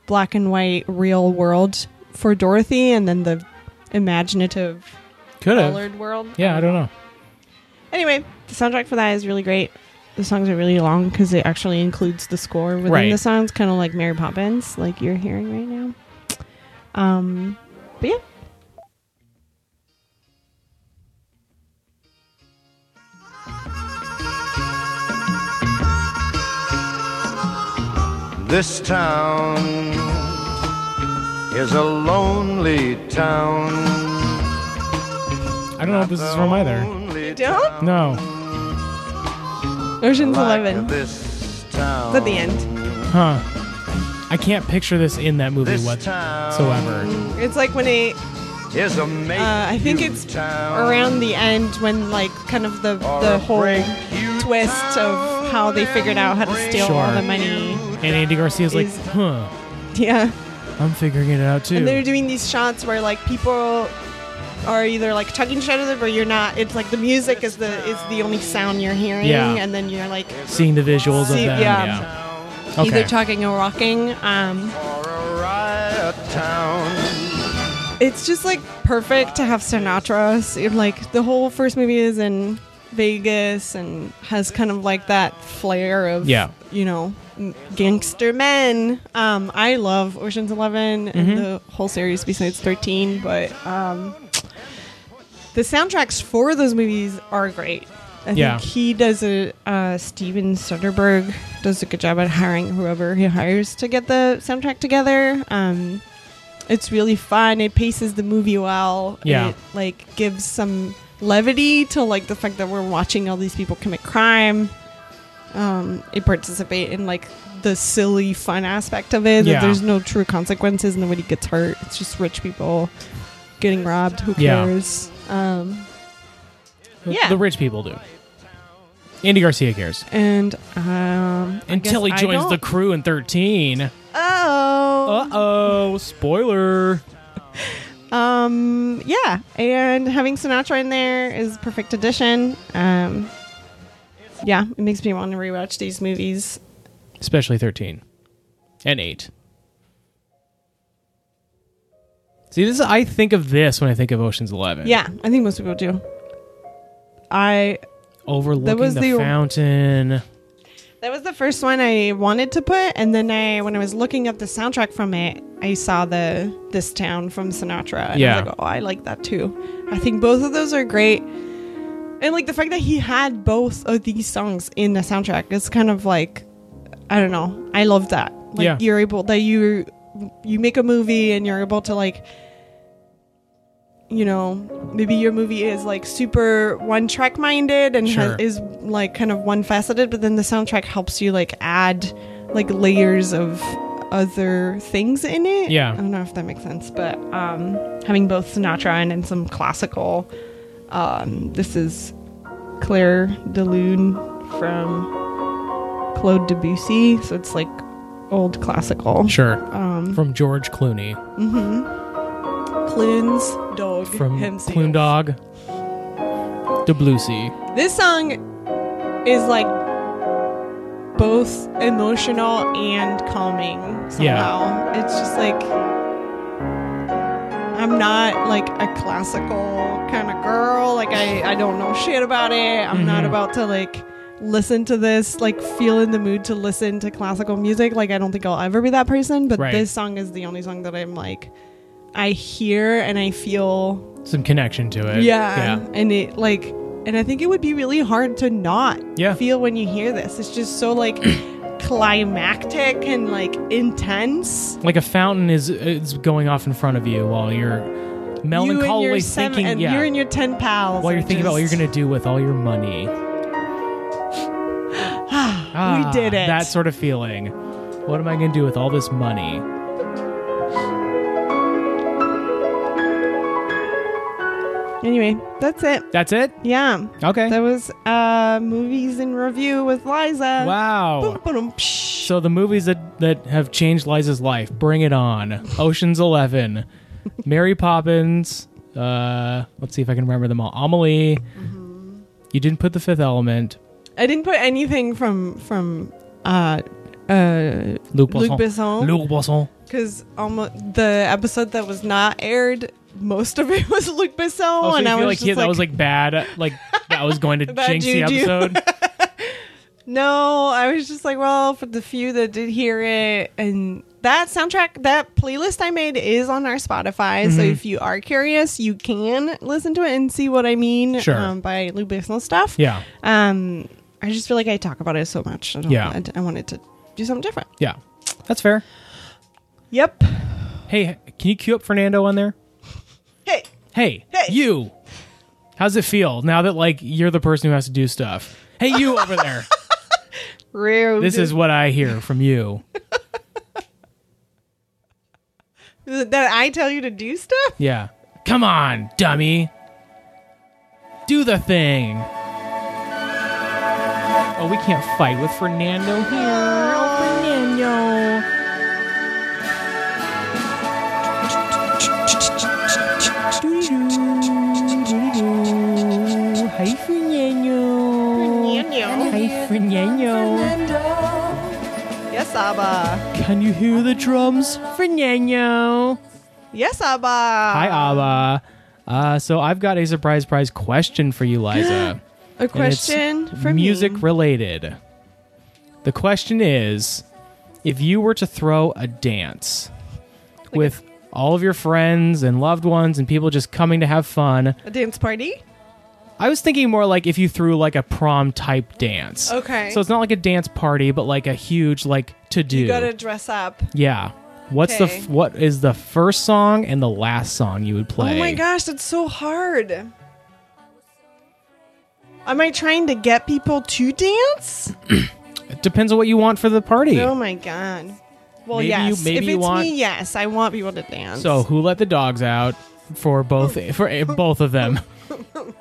black and white real world for dorothy and then the imaginative
Could have.
colored world
Yeah, I don't know.
Anyway, the soundtrack for that is really great. The songs are really long because it actually includes the score within
Right.
the songs, kind of like Mary Poppins, like you're hearing right now. Um, but yeah,
This town is a lonely town.
Oh, I don't know if this is from either.
don't
No.
Ocean's Eleven.
This
It's
town.
at the end.
Huh. I can't picture this in that movie whatsoever.
It's like when it.
is a make
Uh, I think it's around the end when like kind of the the whole twist of how they figured out how to steal all
Sure.
the money.
And Andy Garcia's like,
Is-
huh.
Yeah.
I'm figuring it out too.
And they're doing these shots where like people are either like tugging each other or you're not. It's like the music is the is the only sound you're hearing,
Yeah.
and then you're like
Seeing the visuals
See-
of them.
yeah.
Yeah. Okay.
either talking or walking. Um, it's just like perfect to have Sinatra. So, you're, like the whole first movie is in Vegas and has kind of like that flair of
Yeah.
you know m- gangster men. Um, I love Ocean's 11
Mm-hmm.
and the whole series besides Thirteen, but um, the soundtracks for those movies are great. I
Yeah.
think he does a uh, Steven Soderbergh does a good job at hiring whoever he hires to get the soundtrack together. Um, it's really fun. It paces the movie well.
Yeah.
It like gives some levity to like the fact that we're watching all these people commit crime. Um, it participate in like the silly fun aspect of it.
Yeah.
That there's no true consequences. Nobody gets hurt. It's just rich people getting robbed. Who
Yeah.
cares? Um, yeah.
The rich people do. Andy Garcia cares.
and um, I
Until he
guess I
joins the
don't-
crew in 13. Uh
oh,
oh, spoiler.
um, yeah, and having Sinatra in there is perfect addition. Um, yeah, it makes me want to rewatch these movies.
Especially 13 and 8. See, this is, I think of this when I think of Ocean's 11.
Yeah, I think most people do. I
Overlooking
That was
the,
the-
fountain.
That was the first one I wanted to put, and then I, when I was looking up the soundtrack from it, I saw the "This Town" from Sinatra, and I
Yeah.
was like, "Oh, I like that too." I think both of those are great, and like the fact that he had both of these songs in the soundtrack is kind of like, I don't know, I love that. Like
Yeah.
you're able that you you make a movie and you're able to like you know, maybe your movie is like super one track minded and
Sure.
has, is like kind of one faceted, but then the soundtrack helps you like add like layers of other things in it.
Yeah.
I don't know if that makes sense, but um, having both Sinatra and, and some classical, um, this is Claire de Lune from Claude Debussy, so it's like old classical.
Sure.
Um,
From George Clooney.
Clune's dog
From
himself.
Clune Dog. Debussy.
This song is like both emotional and calming somehow. It's just like I'm not like a classical kind of girl. Like I, I don't know shit about it. I'm not about to like listen to this, like feel in the mood to listen to classical music. Like I don't think I'll ever be that person. But
Right.
this song is the only song that I'm like I hear and I feel
Some connection to it.
yeah.
Yeah.
And it like and I think it would be really hard to not
Yeah.
feel when you hear this. It's just so like climactic and like intense.
Like a fountain is is going off in front of you while you're
you and
melancholy
your seven-
thinking.
and
yeah.
you and your ten pals.
while you're
are
thinking about what you're
just-
going to do with all your money. Ah,
did it.
That sort of feeling. What am I going to do with all this money?
Anyway, that's it.
That's it?
Yeah.
Okay.
That was uh movies in review with Liza. Boom,
wow.
boom, psh.
So the movies that, that have changed Liza's life, Bring It On, Ocean's 11, Mary Poppins, uh, let's see if I can remember them all. Amelie.
Mm-hmm.
You didn't put The Fifth Element.
I didn't put anything from from uh uh
Luc
Luc
Besson.
Besson.
Luc Besson.
Because almost the episode that was not aired, most of it was Luke Besson,
Oh, so
and
you
I
feel
was
like,
just
yeah,
like,
that was like bad, like that was going to
Bad
jinx the
juju.
episode.
no, I was just like, well, for the few that did hear it, and that soundtrack, that playlist I made is on our Spotify,
Mm-hmm.
so if you are curious, you can listen to it and see what I mean
Sure.
um, by Luke Besson stuff.
Yeah.
Um, I just feel like I talk about it so much. I don't,
Yeah.
I, I wanted to do something different.
Yeah. That's fair.
Yep.
Hey, can you cue up Fernando on there?
Hey.
Hey,
Hey.
you. How's it feel now that like you're the person who has to do stuff? Hey, you over there.
Rude.
This is what I hear from you.
that I tell you to do stuff.
Yeah. Come on, dummy. Do the thing. Oh, we can't fight with Fernando here. Oh, Fernando. Hi, Fernando. Hi, Fernando.
Yes, Abba.
Can you hear the drums? Fernando.
Yes, Abba.
Hi, Abba. Uh, so I've got a surprise prize question for you, Liza. And
A
it's
question for me.
music related. The question is if you were to throw a dance with all of your friends and loved ones and people just coming to have fun,
A dance party?
I was thinking more like if you threw like a prom type dance.
Okay.
So it's not like a dance party, but like a huge like to do.
You gotta dress up.
yeah. What's the
Okay.
f- what is the first song and the last song you would play?
Oh my gosh, that's so hard. Am I trying to get people to dance?
It depends on what you want for the party.
Oh my god. Well,
Maybe
yes.
you- maybe
if
you
it's
want-
me, yes, I want people to dance.
So who let the dogs out for both for eh, both of them?
um,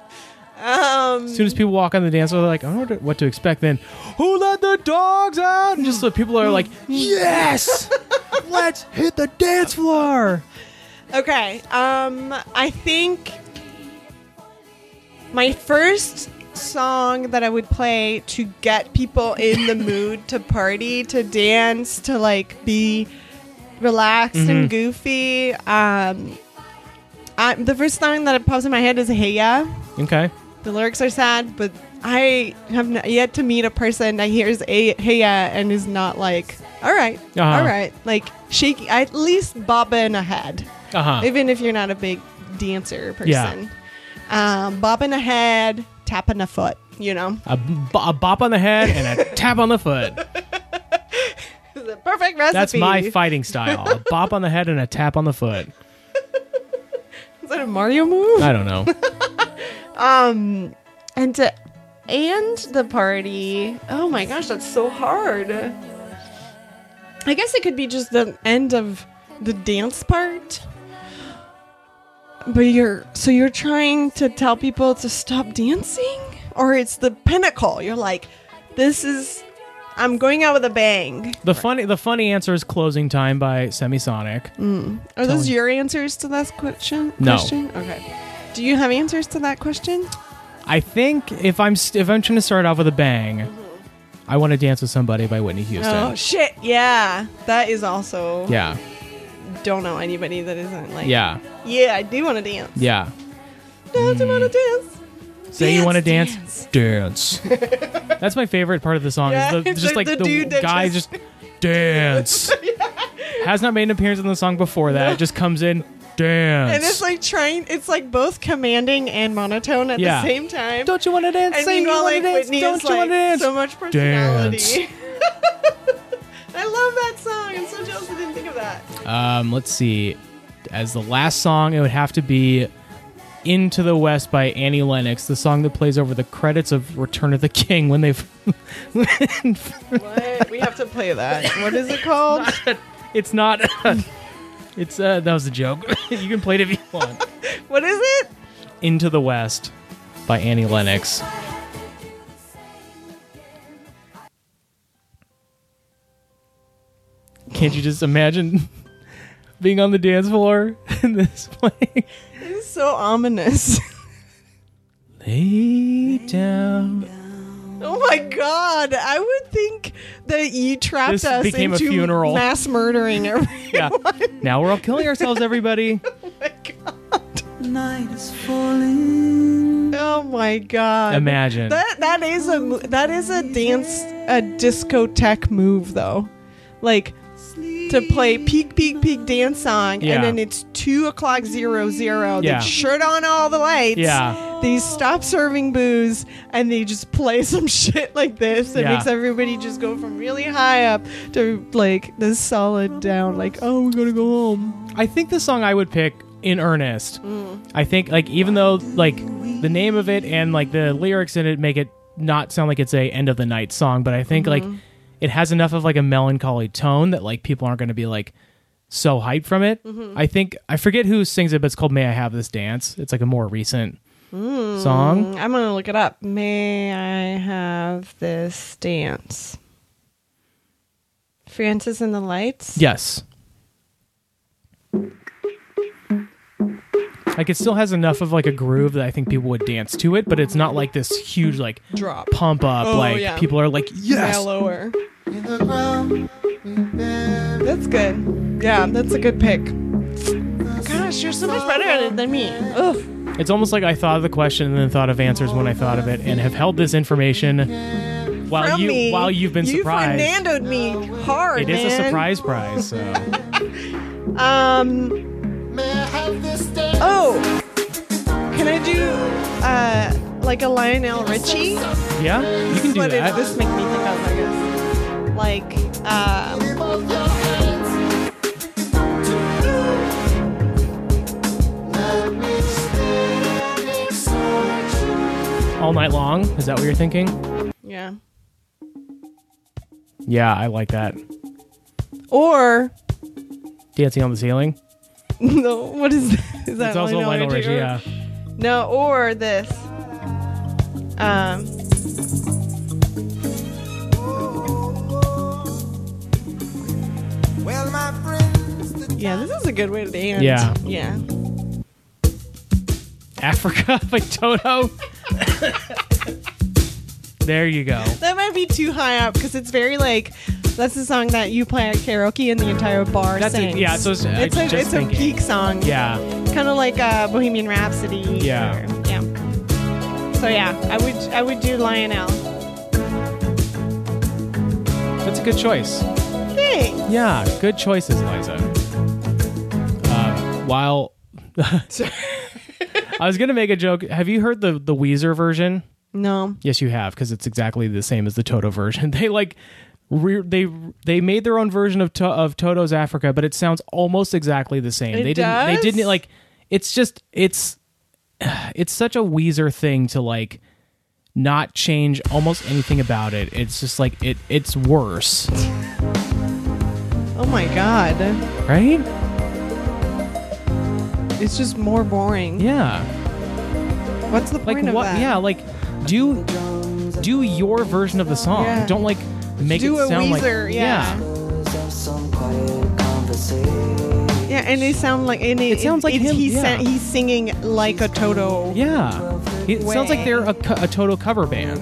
As soon as people walk on the dance floor, they're like, I don't know what to expect. Then who let the dogs out? And just so people are like, yes, let's hit the dance floor.
okay. Um, I think my first song that I would play to get people in the mood to party, to dance, to like be relaxed and goofy. Um, I, the first song that pops in my head is Hey Ya.
Okay.
The lyrics are sad, but I have not yet to meet a person that hears a hey yeah and is not like, all right,
Uh-huh.
all right, like shaky, at least bobbing ahead,
Uh huh.
even if you're not a big dancer
Yeah.
person. Um, bobbing ahead, tapping a foot, you know,
A, b- a bop on the head and a tap on the foot.
the perfect recipe.
That's my fighting style. A bop on the head and a tap on the foot.
Is that a Mario move?
I don't know.
and to and the party. Oh my gosh, that's so hard. I guess it could be just the end of the dance part. But you're so you're trying to tell people to stop dancing or it's the pinnacle. You're like this is I'm going out with a bang.
The funny the funny answer is closing time by Semisonic.
Are those your answers to that question?
No.
Question? Okay. Do you have answers to that question?
I think if I'm st- if I'm trying to start off with a bang, I want to dance with somebody by Whitney Houston.
Oh shit! Yeah, that is also.
Yeah,
Don't know anybody that isn't like.
yeah,
Yeah, I do want to dance.
yeah.
Don't you want to dance?
Say you
Dance,
want to dance, dance. That's my favorite part of the song.
Yeah,
is the,
it's
just like
like
the,
the dude that
guy just,
just-
dance. Has not made an appearance in the song before that. Just comes in, dance.
And it's like trying. It's like both commanding and monotone at
Yeah.
the same time.
don't you want to dance?
and
Say you
meanwhile,
want to
like
dance.
Whitney
Don't
is
you
like
want to dance?
so much personality.
Dance.
I love that song. I'm so jealous I didn't think of that.
Um, let's see. As the last song, it would have to be "Into the West" by Annie Lennox, the song that plays over the credits of Return of the King when they've.
What? we have to play that. What is it called?
it's not. it's uh, that was a joke. you can play it if you want.
What is it?
"Into the West" by Annie Lennox. Can't you just imagine being on the dance floor and this playing?
It's so ominous.
Lay down.
Oh my god! I would think that you trapped
This
us
became a
into
funeral.
mass murdering Oh everyone.
Yeah. Now we're all killing ourselves, everybody.
Night is falling.
Oh my god!
Imagine.
that that is a mo- that is a dance a discotheque move though, like to play peak peak peak dance song
Yeah.
and then it's two o'clock zero zero.
Yeah.
They shirt on all the lights.
Yeah.
They stop serving booze and they just play some shit like this that
Yeah.
makes everybody just go from really high up to like this solid down. Like oh we're gonna go home.
I think the song I would pick in earnest. I think like even though like the name of it and like the lyrics in it make it not sound like it's a end of the night song, but I think like it has enough of like a melancholy tone that like people aren't going to be like so hyped from it. I think I forget who sings it, but it's called "May I Have This Dance." It's like a more recent song.
I'm gonna look it up. May I have this dance? Francis and the Lights.
Yes. Like it still has enough of like a groove that I think people would dance to it, but it's not like this huge like
Drop.
pump up.
Oh,
like
yeah.
people are like yes,
Mellower. That's good. Yeah, that's a good pick. Gosh, you're so much better at it than me. Ugh.
It's almost like I thought of the question and then thought of answers when I thought of it, and have held this information while
From
you
me.
while you've been
you
surprised.
Fernandoed me hard.
it is a
man.
surprise prize. So.
Um. Oh. Can I do uh like a Lionel Richie?
yeah, you can do
What did
that.
this make me think of? I guess. Like um.
All night long. Is that what you're thinking?
Yeah.
Yeah, I like that.
Or
Dancing on the ceiling.
no. What is that? Is that
It's also Lionel Richie.
or-
Yeah.
No. Or this. Um.
Well, my friends, the
Yeah. This is a good way to dance.
Yeah.
Yeah.
Africa by Toto. there you go.
That might be too high up because it's very like that's the song that you play at karaoke and the entire bar
That's
sings.
it. Yeah, so it's, I
it's a
just
it's a
thinking.
geek song.
Yeah.
kind of like uh, Bohemian Rhapsody.
Yeah.
or- yeah. So yeah, I would I would do Lionel.
That's a good choice.
Thanks.
Yeah, good choices, Liza. Um, while I was gonna make a joke, have you heard the the Weezer version?
No.
Yes, you have, because it's exactly the same as the Toto version. They like re- they they made their own version of to- of Toto's Africa, but it sounds almost exactly the same.
It
they didn't
does?
they didn't like it's just it's it's such a Weezer thing to like not change almost anything about it. It's just like it it's worse,
Oh my god,
right?
it's just more boring.
Yeah.
What's the
like
point of
what
that?
yeah like do do your version of the song
Yeah.
don't like make
Do
it
a
sound
Weezer,
like
yeah. Yeah, and they sound like and it,
It sounds like
it's-
him,
He's,
yeah.
he's singing like a Toto.
yeah it sounds like they're a, co- a toto cover band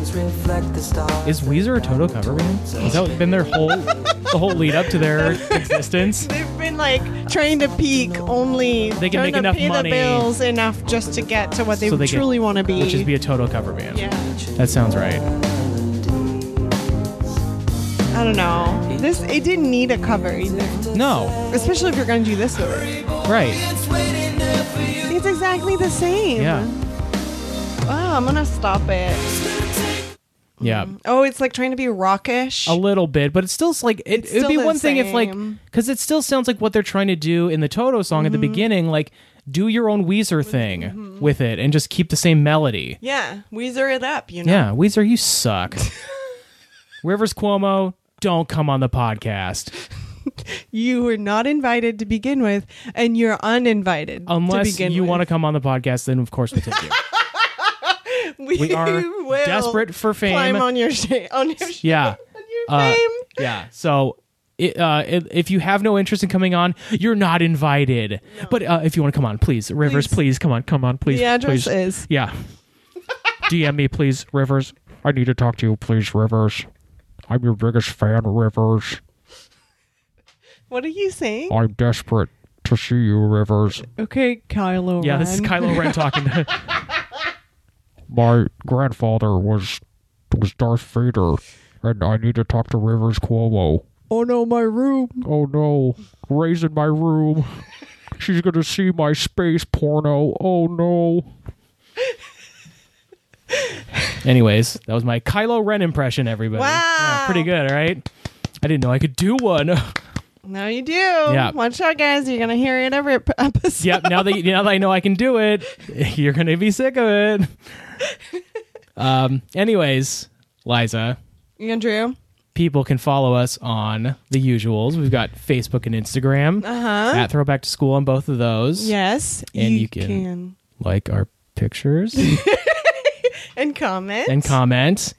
is weezer a toto cover band has that been their whole the whole lead up to their existence
They've been like trying to peak only
They can
trying
make
to
enough
pay
money.
the bills enough just to get to what they
So they can-
truly want to be.
which is be a toto cover band
yeah.
that sounds right
I don't know. This it didn't need a cover either.
no
Especially if you're gonna do this with it.
right
It's exactly the same.
yeah
Oh, I'm gonna stop it.
yeah
Oh, it's like trying to be rockish.
a little bit but it's still s- like it, it'd
still
be
the
one thing if like
same. Mm-hmm.
because it still sounds like what they're trying to do in the toto song at the beginning like do your own weezer thing with it and just keep the same melody
yeah, Weezer it up, you know.
yeah weezer you suck rivers cuomo don't come on the podcast
You were not invited to begin with, and you're uninvited. to
unless
begin
you
with.
want to come on the podcast then of course we take you
we,
we are
will
desperate for fame
Climb on your sh- on your sh-
yeah
your
Uh,
fame.
yeah so it, uh, it, if you have no interest in coming on, you're not invited. But uh, if you want to come on, please, Rivers, please, come on, come on, please.
The address
please.
is
Yeah. DM me, please, Rivers. I need to talk to you, please, Rivers. I'm your biggest fan, Rivers.
what are you saying?
I'm desperate to see you, Rivers.
Okay, Kylo.
Yeah, this is Kylo Ren talking. My grandfather was was Darth Vader, and I need to talk to Rivers Cuomo.
Oh no, my room.
Oh no, Ray's in my room. She's gonna see my space porno. Oh no. Anyways, that was my Kylo Ren impression, everybody.
Wow.
pretty good, right? I didn't know I could do one.
Now you do.
Yeah.
Watch out, guys. You're gonna hear it every p- episode.
yep, now that now that I know I can do it, you're gonna be sick of it. Um anyways, Liza,
Andrew.
people can follow us on the usuals. We've got Facebook and Instagram. Uh-huh. At Throwback to School on both of those.
Yes.
And you can- like our pictures
And comment.
and comment.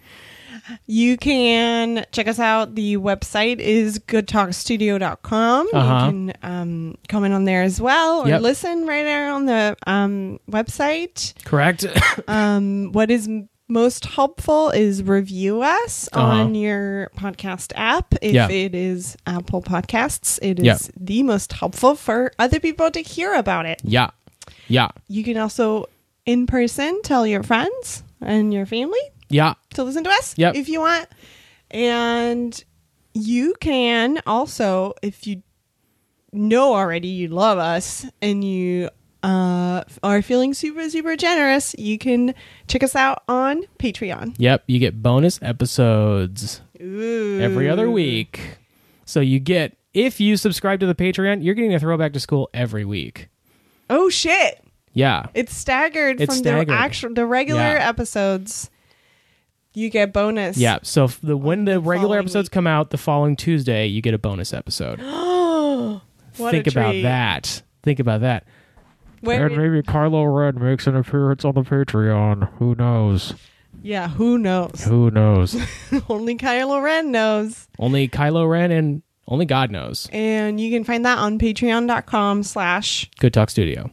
You can check us out. The website is goodtalkstudio.com.
Uh-huh.
You can um, comment on there as well or
Yep.
listen right there on the um, website.
Correct.
Um, what is m- most helpful is review us
Uh-huh.
on your podcast app. If
Yeah.
it is Apple Podcasts, it is
Yeah.
the most helpful for other people to hear about it.
yeah. Yeah.
You can also, in person, tell your friends and your family
Yeah.
to listen to us
Yep.
if you want. And you can also, if you know already you love us and you uh, are feeling super, super generous, you can check us out on Patreon.
Yep. You get bonus episodes every other week. So you get, if you subscribe to the Patreon, you're getting a throwback to school every week.
Oh, shit.
Yeah.
It's staggered
It's
from
staggered.
the actual, the regular
Yeah.
episodes. You get bonus.
Yeah. So f- the when the regular
following
episodes
week.
come out, the following Tuesday, you get a bonus episode.
What a
Think about
treat.
that. Think about that.
Where-
maybe Carlo Red makes an appearance on the Patreon. Who knows?
yeah, who knows?
Who knows?
Only Kylo Ren knows.
only Kylo Ren and only God knows.
and you can find that on patreon.com slash
Good Talk Studio.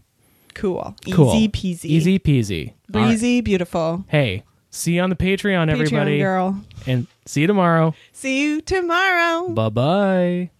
cool.
Cool.
Easy peasy.
Easy peasy. All right.
Breezy, beautiful.
Hey, see you on the Patreon, everybody.
Patreon girl.
And see you tomorrow.
See you tomorrow.
Bye bye.